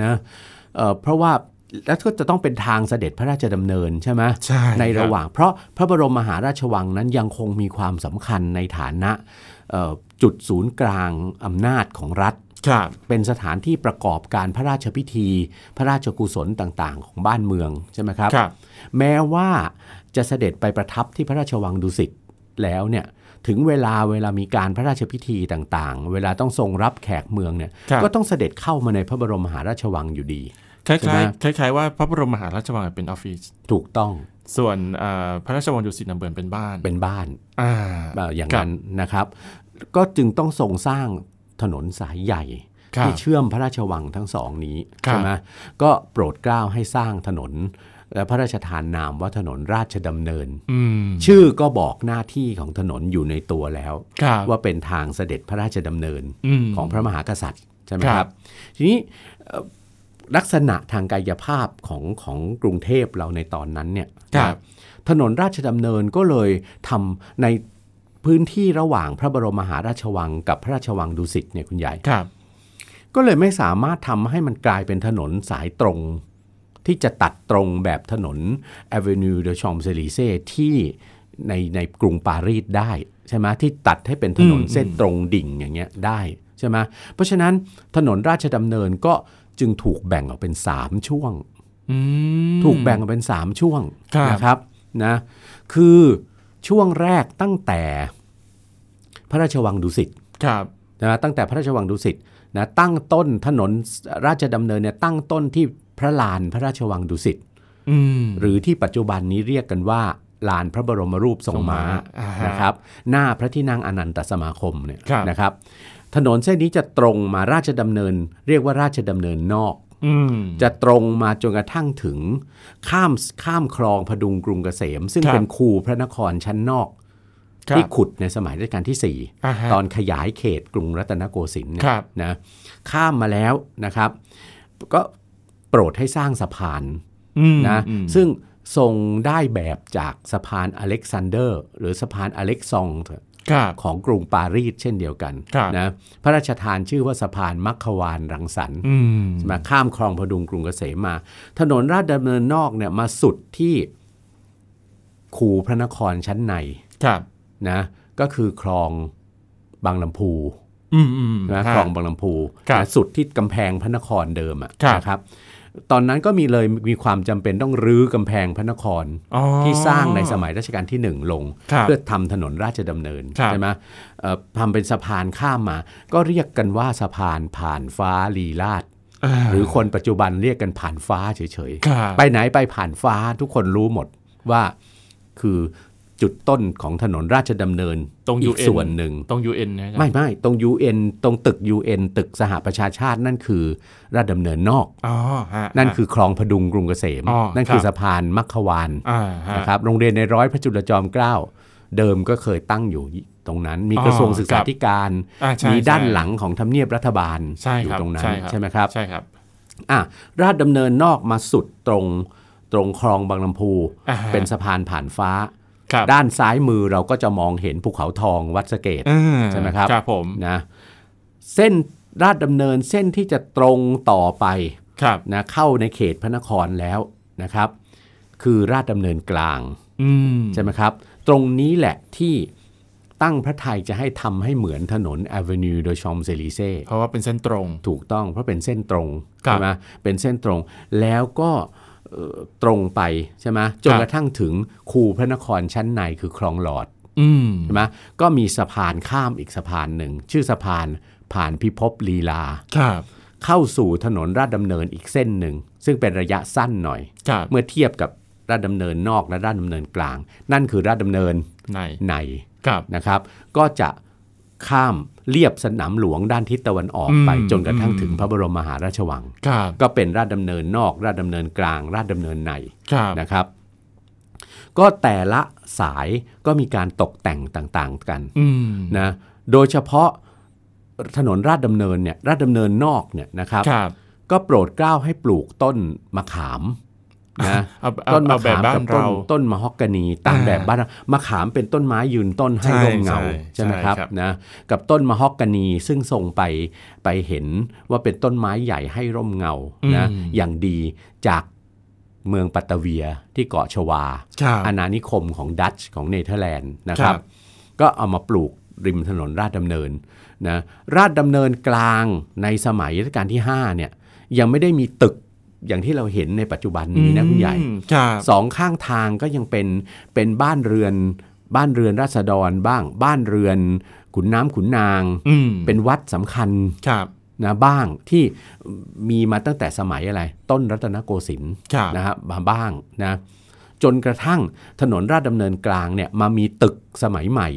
Speaker 2: นะเอ่อเพราะว่าแล้วก็จะต้องเป็นทางเสด็จพระราชดำเนินใช่ไหม
Speaker 1: ใช่
Speaker 2: ในระ
Speaker 1: ค
Speaker 2: ห
Speaker 1: บ
Speaker 2: ว่างเพราะพระบรมมหาราชวังนั้นยังคงมีความสำคัญในฐานะเอ่อจุดศูนย์กลางอำนาจของรัฐ
Speaker 1: ครับ
Speaker 2: เป็นสถานที่ประกอบการพระราชพิธี พระราชกุศลต่างๆ ของบ้านเมืองใช่ไหมครับ
Speaker 1: ครับ
Speaker 2: แม้ว่าจะเสด็จไปประทับที่พระราชวังดุสิตแล้วเนี่ยถึงเวลาเวลามีการพระราชพิธีต่างๆ เวลาต้องทรงรับแขกเมืองเนี่ย
Speaker 1: ครับ
Speaker 2: ก็ต้องเสด็จเข้ามาในพระบรมมหาราชวังอยู่ดี
Speaker 1: คล้าย
Speaker 2: ใช่ไหม
Speaker 1: ๆคล้ายๆว่าพระบรมมหาราชวังเป็นออฟฟิศ
Speaker 2: ถูกต้อง
Speaker 1: ส่วนเอ่อพระราชวังดุสิตนะเหมือนเป็นบ้าน
Speaker 2: เป็นบ้าน
Speaker 1: อ่า
Speaker 2: เอ่ออย่าง
Speaker 1: ครับ
Speaker 2: นั้นนะครับ ก็จึงต้องทรงสร้างถนนสายใหญ่
Speaker 1: ครั
Speaker 2: ที่
Speaker 1: บ
Speaker 2: เชื่อมพระราชวังทั้งสองนี้
Speaker 1: ครับ
Speaker 2: ใช่ไหมก็โปรดเกล้าให้สร้างถนน และพระราชทานนามว่าถนนราชดำเนิน
Speaker 1: อืม
Speaker 2: ชื่อก็บอกหน้าที่ของถนนอยู่ในตัวแล้ว
Speaker 1: ครับ
Speaker 2: ว่าเป็นทางเสด็จพระราชดำเนิน
Speaker 1: อืม
Speaker 2: ของพระมหากษัตริย์ใช่ไหม
Speaker 1: ค
Speaker 2: ค
Speaker 1: รั
Speaker 2: รับ บ ทีนี้เอ่อลักษณะทางกายภาพของของกรุงเทพเราในตอนนั้นเนี่ย
Speaker 1: ครับ
Speaker 2: ถนนราชดำเนินก็เลยทำในพื้นที่ระหว่างพระบรมมหาราชวังกับพระราชวังดุสิตเนี่ยคุณใหญ่
Speaker 1: ครับ
Speaker 2: ก็เลยไม่สามารถทำให้มันกลายเป็นถนนสายตรง ที่จะตัดตรงแบบถนน Avenue de Champs Élysées ที่ในในกรุงปารีสได้ใช่ไหมที่ตัดให้เป็นถนน
Speaker 1: อืม
Speaker 2: เส้นตรงดิ่งอย่างเงี้ยได้ใช่ไหมเพราะฉะนั้นถนนราชดำเนินก็จึงถูกแบ่งออกเป็น 3 ช่วง
Speaker 1: อืม
Speaker 2: ถูกแบ่งออกเป็น 3 ช่วง
Speaker 1: ครับ
Speaker 2: นะครับนะคือช่วงแรกตั้งแต่พระราชวังดุสิต
Speaker 1: ครับ
Speaker 2: นะตั้งแต่พระราชวังดุสิตนะตั้งต้นถนนราชดำเนินเนี่ยตั้งต้นที่พระลานพระราชวังดุสิต
Speaker 1: อืม
Speaker 2: หรือที่ปัจจุบันนี้เรียกกันว่า ลานพระบรมรูปทรงม้า
Speaker 1: ทรงม้าอ่าฮะ
Speaker 2: นะครับ หน้าพระที่นั่งอนันตสมาคมเนี่ย
Speaker 1: ครับ
Speaker 2: นะครับ ถนนเส้นนี้จะตรงมาราชดำเนิน เรียกว่าราชดำเนินนอก
Speaker 1: อืม
Speaker 2: จะตรงมาจนกระทั่งถึงข้ามข้ามคลองพดุงกรุงเกษม ซึ่ง
Speaker 1: ครับ
Speaker 2: เป็นคูพระนครชั้นนอก
Speaker 1: ครับ
Speaker 2: ที่ขุดในสมัยรัชกาลที่
Speaker 1: อ่าฮะ
Speaker 2: 4 ตอนขยายเขตกรุงรัตนโกสินทร์เนี่ย
Speaker 1: ครับ
Speaker 2: นะข้ามมาแล้วนะครับ ก็โปรดให้สร้างสะพาน
Speaker 1: อืม
Speaker 2: นะ
Speaker 1: อืม
Speaker 2: ซึ่งทรงได้แบบจากสะพานอเล็กซานเดอร์ หรือสะพานอเล็กซองเถอะ
Speaker 1: ครับ
Speaker 2: ของกรุงปารีสเช่นเดียวกัน
Speaker 1: ครับ
Speaker 2: นะพระราชทานชื่อว่าสะพานมัคควานรังสรรค์
Speaker 1: อืม
Speaker 2: มาข้ามคลองพดุงกรุงเกษมมา ถนนราชดำเนินนอกเนี่ยมาสุดที่คูพระนครชั้นใน
Speaker 1: ครับ
Speaker 2: นะก็คือคลองบางลำพู
Speaker 1: อืมอืม
Speaker 2: นะ
Speaker 1: ฮ
Speaker 2: คลองบางลำพู
Speaker 1: ครับ
Speaker 2: นะสุดที่กำแพงพระนครเดิมอะ
Speaker 1: ครับ
Speaker 2: นะครับ ตอนนั้นก็มีเลยมีความจำเป็นต้องรื้อกำแพงพระนคร
Speaker 1: อ๋อ
Speaker 2: ที่สร้างในสมัยรัชกาลที่หนึ่งลง
Speaker 1: ครับ
Speaker 2: เพื่อทำถนนราชดำเนิน
Speaker 1: ครับ
Speaker 2: ใช่ไหมเอ่อทำเป็นสะพานข้ามมา ก็เรียกกันว่าสะพานผ่านฟ้าลีลาด
Speaker 1: อ่า
Speaker 2: หรือคนปัจจุบันเรียกกันผ่านฟ้าเฉย
Speaker 1: ครับ
Speaker 2: ๆ ไปไหนไปผ่านฟ้าทุกคนรู้หมดว่าคือจุดต้นของถนนราชดำเนิน
Speaker 1: ตรง
Speaker 2: อี
Speaker 1: ยู
Speaker 2: ก
Speaker 1: เอ็น
Speaker 2: ส่วนหนึ่ง
Speaker 1: ตรงยูเอ็นนะอาจารย์
Speaker 2: ไม่ไม่ตรง UN ตรงตึก UN ตึกสหประชาชาตินั่นคือราชดำเนินนอก
Speaker 1: อ๋อฮะ
Speaker 2: นั่นคือคลองพดุงกรุงเกษม
Speaker 1: อ๋อ
Speaker 2: นั่น
Speaker 1: ครับ
Speaker 2: คือสะพานมัคควาน
Speaker 1: อ่าฮะ
Speaker 2: นะครับโรงเรียนในร้อยพระจุลจอมเกล้าเดิมก็เคยตั้งอยู่ตรงนั้น มี
Speaker 1: อ๋อก
Speaker 2: ระทรวงศึก
Speaker 1: ค
Speaker 2: ษา
Speaker 1: รับ
Speaker 2: ธิการ
Speaker 1: อ่าใช่
Speaker 2: มีด้าน
Speaker 1: ใช่
Speaker 2: หลังของทำเนียบรัฐบาล
Speaker 1: ใช่
Speaker 2: อยู่
Speaker 1: ครับ
Speaker 2: ตรงนั้น
Speaker 1: ใช่
Speaker 2: ใช่ไหมครับ
Speaker 1: ใช่ครับ
Speaker 2: อ่ะราชดำเนินนอกมาสุดตรงตรงคลองบางลำพู
Speaker 1: อ่าฮะ
Speaker 2: เป็นสะพานผ่านฟ้า
Speaker 1: ครับ
Speaker 2: ด้านซ้ายมือเราก็จะมองเห็นภูเขาทองวัดสะเกต
Speaker 1: อ่า
Speaker 2: ใช่ไหมครับ
Speaker 1: ครับผม
Speaker 2: นะเส้นราชดำเนินเส้นที่จะตรงต่อไป
Speaker 1: ครับ
Speaker 2: นะเข้าในเขตพระนครแล้วนะครับ คือราชดำเนินกลาง
Speaker 1: อืม
Speaker 2: ใช่ไหมครับ ตรงนี้แหละที่ตั้งพระไทยจะให้ทำให้เหมือนถนน Avenue de Champs Élysées
Speaker 1: เพราะว่าเป็นเส้นตรง
Speaker 2: ถูกต้องเพราะเป็นเส้นตรง
Speaker 1: ครับ
Speaker 2: ใช่ไหมเป็นเส้นตรงแล้วก็เอ่อตรงไปใช่ไหมจน
Speaker 1: ครับ
Speaker 2: กระทั่งถึงคูพระนครชั้นในคือคลองหลอด
Speaker 1: อืม
Speaker 2: ใช่ไหมก็มีสะพานข้ามอีกสะพานหนึ่ง ชื่อสะพานผ่านพิภพลีลา
Speaker 1: ครับ
Speaker 2: เข้าสู่ถนนราชดำเนินอีกเส้นหนึ่ง ซึ่งเป็นระยะสั้นหน่อย
Speaker 1: ครับ
Speaker 2: เมื่อเทียบกับราชดำเนินนอกและราชดำเนินกลาง นั่นคือราชดำเนิน
Speaker 1: ใน
Speaker 2: ใน
Speaker 1: ครับ
Speaker 2: นะครับ ก็จะข้าม เลียบสนามหลวงด้านทิศตะวันออกไป
Speaker 1: อืม
Speaker 2: จนกระทั่ง
Speaker 1: อืม
Speaker 2: ถึงพระบรมมหาราชวัง
Speaker 1: ครับ
Speaker 2: ก็เป็นราชดำเนินนอก ราชดำเนินกลาง ราชดำเนินใน
Speaker 1: ครับ
Speaker 2: นะครับ ก็แต่ละสายก็มีการตกแต่งต่างๆกัน
Speaker 1: อืม
Speaker 2: นะโดยเฉพาะถนนราชดำเนินเนี่ยราชดำเนินนอกเนี่ยนะครับ
Speaker 1: ครับ
Speaker 2: ก็โปรดเกล้าให้ปลูกต้นมะขามนะ
Speaker 1: เอาเอา
Speaker 2: ต้นมะ
Speaker 1: เอาแบบ
Speaker 2: ขาม
Speaker 1: บ้า
Speaker 2: กัน บต้น
Speaker 1: เรา
Speaker 2: ต้นมะฮอกกานีตาม
Speaker 1: อ่า
Speaker 2: แบบบ้านเรามะขามเป็นต้นไม้ยืนต้นให้
Speaker 1: ใช่
Speaker 2: ร่มเงา
Speaker 1: ใช่
Speaker 2: ใช่ไหม
Speaker 1: ใช่
Speaker 2: ครับ
Speaker 1: ครับ
Speaker 2: นะกับต้นมะฮอกกานีซึ่งทรงไปไปเห็นว่าเป็นต้นไม้ใหญ่ให้ร่มเงานะ
Speaker 1: อืม
Speaker 2: อย่างดีจากเมืองปัตตะเวียที่เกาะชวา
Speaker 1: ครับ
Speaker 2: อาณานิคมของดัตช์ของเนเธอร์แลนด์นะครับ
Speaker 1: ครับ
Speaker 2: ก็เอามาปลูกริมถนนราชดำเนินนะราชดำเนินกลางในสมัยรัชกาลที่5เนี่ยยังไม่ได้มีตึกอย่างที่เราเห็นในปัจจุบันนี้นะคุณใหญ่
Speaker 1: อืมครับ
Speaker 2: สองข้างทางก็ยังเป็นเป็นบ้านเรือนบ้านเรือนราษฎรบ้าง บ้านเรือนขุนน้ำขุนนาง
Speaker 1: อืม
Speaker 2: เป็นวัดสำคัญ
Speaker 1: ครับ
Speaker 2: นะบ้างที่มีมาตั้งแต่สมัยอะไร ต้นรัตนโกสินทร์
Speaker 1: ครับ
Speaker 2: นะฮะมาบ้างนะจนกระทั่งถนนราชดำเนินกลางเนี่ยมามีตึกสมัยใหม่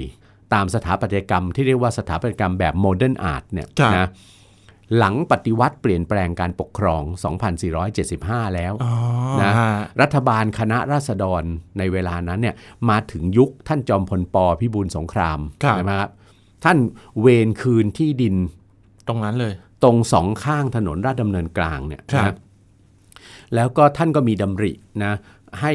Speaker 2: ตามสถาปัตยกรรมที่เรียกว่าสถาปัตยกรรมแบบโมเดิร์นอาร์ตเนี่ย
Speaker 1: ครับ
Speaker 2: นะหลังปฏิวัติเปลี่ยนแปลงการปกครอง 2475 แล้ว
Speaker 1: อ๋อ
Speaker 2: นะ
Speaker 1: ฮะ
Speaker 2: รัฐบาลคณะราษฎรในเวลานั้นเนี่ยมาถึงยุคท่านจอมพลปพิบูลสงครามใช่ไหมครับท่านเวนคืนที่ดิน
Speaker 1: ตรงนั้นเลย
Speaker 2: ตรงสองข้างถนนราชดำเนินกลางเนี่ย
Speaker 1: ครับ
Speaker 2: นะแล้วก็ท่านก็มีดำรินะให้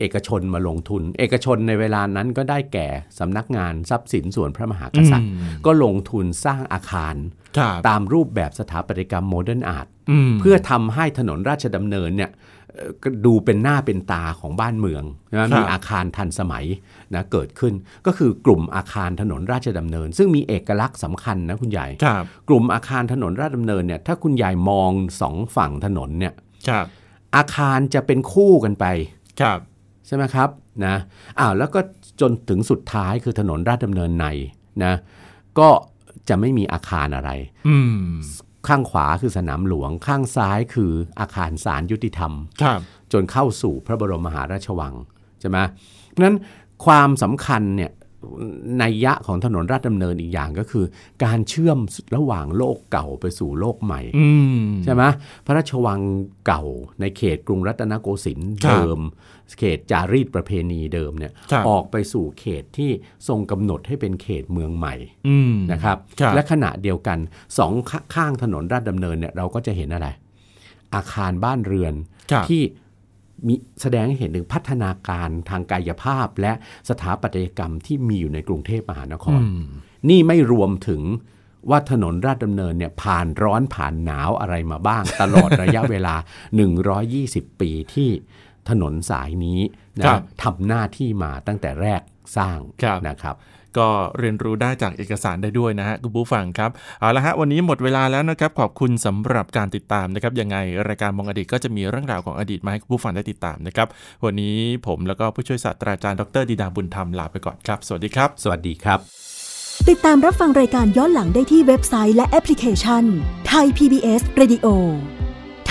Speaker 2: เอกชนมาลงทุน เอกชนในเวลานั้นก็ได้แก่สำนักงานทรัพย์สินส่วนพระมหากษัตริย์
Speaker 1: อืม
Speaker 2: ก็ลงทุนสร้างอาคาร
Speaker 1: ครับ
Speaker 2: ตามรูปแบบสถาปัตยกรรมโมเดิร์นอาร์ต
Speaker 1: ม
Speaker 2: เพื่อทำให้ถนนราชดำเนินเนี่ยเอ่อก็ดูเป็นหน้าเป็นตาของบ้านเมืองนะมีอาคารทันสมัยนะเกิดขึ้นก็คือกลุ่มอาคารถนนราชดำเนิน ซึ่งมีเอกลักษณ์สำคัญนะคุณใหญ่
Speaker 1: ครับ
Speaker 2: กลุ่มอาคารถนนราชดำเนินเนี่ยถ้าคุณยายมองสองฝั่งถนนเนี่ย
Speaker 1: ครับ
Speaker 2: อาคารจะเป็นคู่กันไป
Speaker 1: ครับ
Speaker 2: ใช่ไหมครับนะอ้าวแล้วก็จนถึงสุดท้ายคือถนนราชดำเนินในนะก็จะไม่มีอาคารอะไร
Speaker 1: อืม
Speaker 2: ข้างขวาคือสนามหลวง ข้างซ้ายคืออาคารศาลยุติธรรม
Speaker 1: ครับ
Speaker 2: จนเข้าสู่พระบรมมหาราชวังใช่ไหมเพราะฉะนั้นความสำคัญเนี่ยในยยะของถนนราชดำเนินอีกอย่างก็คือ การเชื่อมระหว่างโลกเก่าไปสู่โลกใหม่
Speaker 1: อืม
Speaker 2: ใช่ไหมพระราชวังเก่าในเขตกรุงรัตนโกสินทร์
Speaker 1: ครับ
Speaker 2: เดิม เขตจารีตประเพณีเดิมเนี่ย
Speaker 1: ครับ
Speaker 2: ออกไปสู่เขตที่ทรงกำหนดให้เป็นเขตเมืองใหม่
Speaker 1: อืม
Speaker 2: นะครับ
Speaker 1: ครับ
Speaker 2: และขณะเดียวกันสองขข้างถนนราชดำเนินเนี่ยเราก็จะเห็นอะไร อาคารบ้านเรือน
Speaker 1: ครับ
Speaker 2: ที่มีแสดงให้เห็นถึงพัฒนาการทางกายภาพ และสถาปัตยกรรมที่มีอยู่ในกรุงเทพมหานคร
Speaker 1: อืม
Speaker 2: นี่ไม่รวมถึงว่าถนนราชดำเนินเนี่ยผ่านร้อนผ่านหนาวอะไรมาบ้าง ตลอดระยะเวลา 120 ปีที่ถนนสายนี้นะครับ ทำหน้าที่มาตั้งแต่แรกสร้าง
Speaker 1: ครับ
Speaker 2: นะครับ
Speaker 1: ก็เรียนรู้ได้จากเอกสารได้ด้วยนะฮะคุณผู้ฟังครับเอาละฮะวันนี้หมดเวลาแล้วนะครับขอบคุณสำหรับการติดตามนะครับยังไงรายการมองอดีตก็จะมีเรื่องราวของอดีตมาให้คุณผู้ฟังได้ติดตามนะครับวันนี้ผมแล้วก็ผู้ช่วยศาสตราจารย์ดรดีดาบุญธรรมลาไปก่อนครับ สวัสดีครับ
Speaker 2: สวัสดีครับ
Speaker 3: ติดตามรับฟังรายการย้อนหลังได้ที่เว็บไซต์และแอปพลิเคชันไทย PBS Radio ไ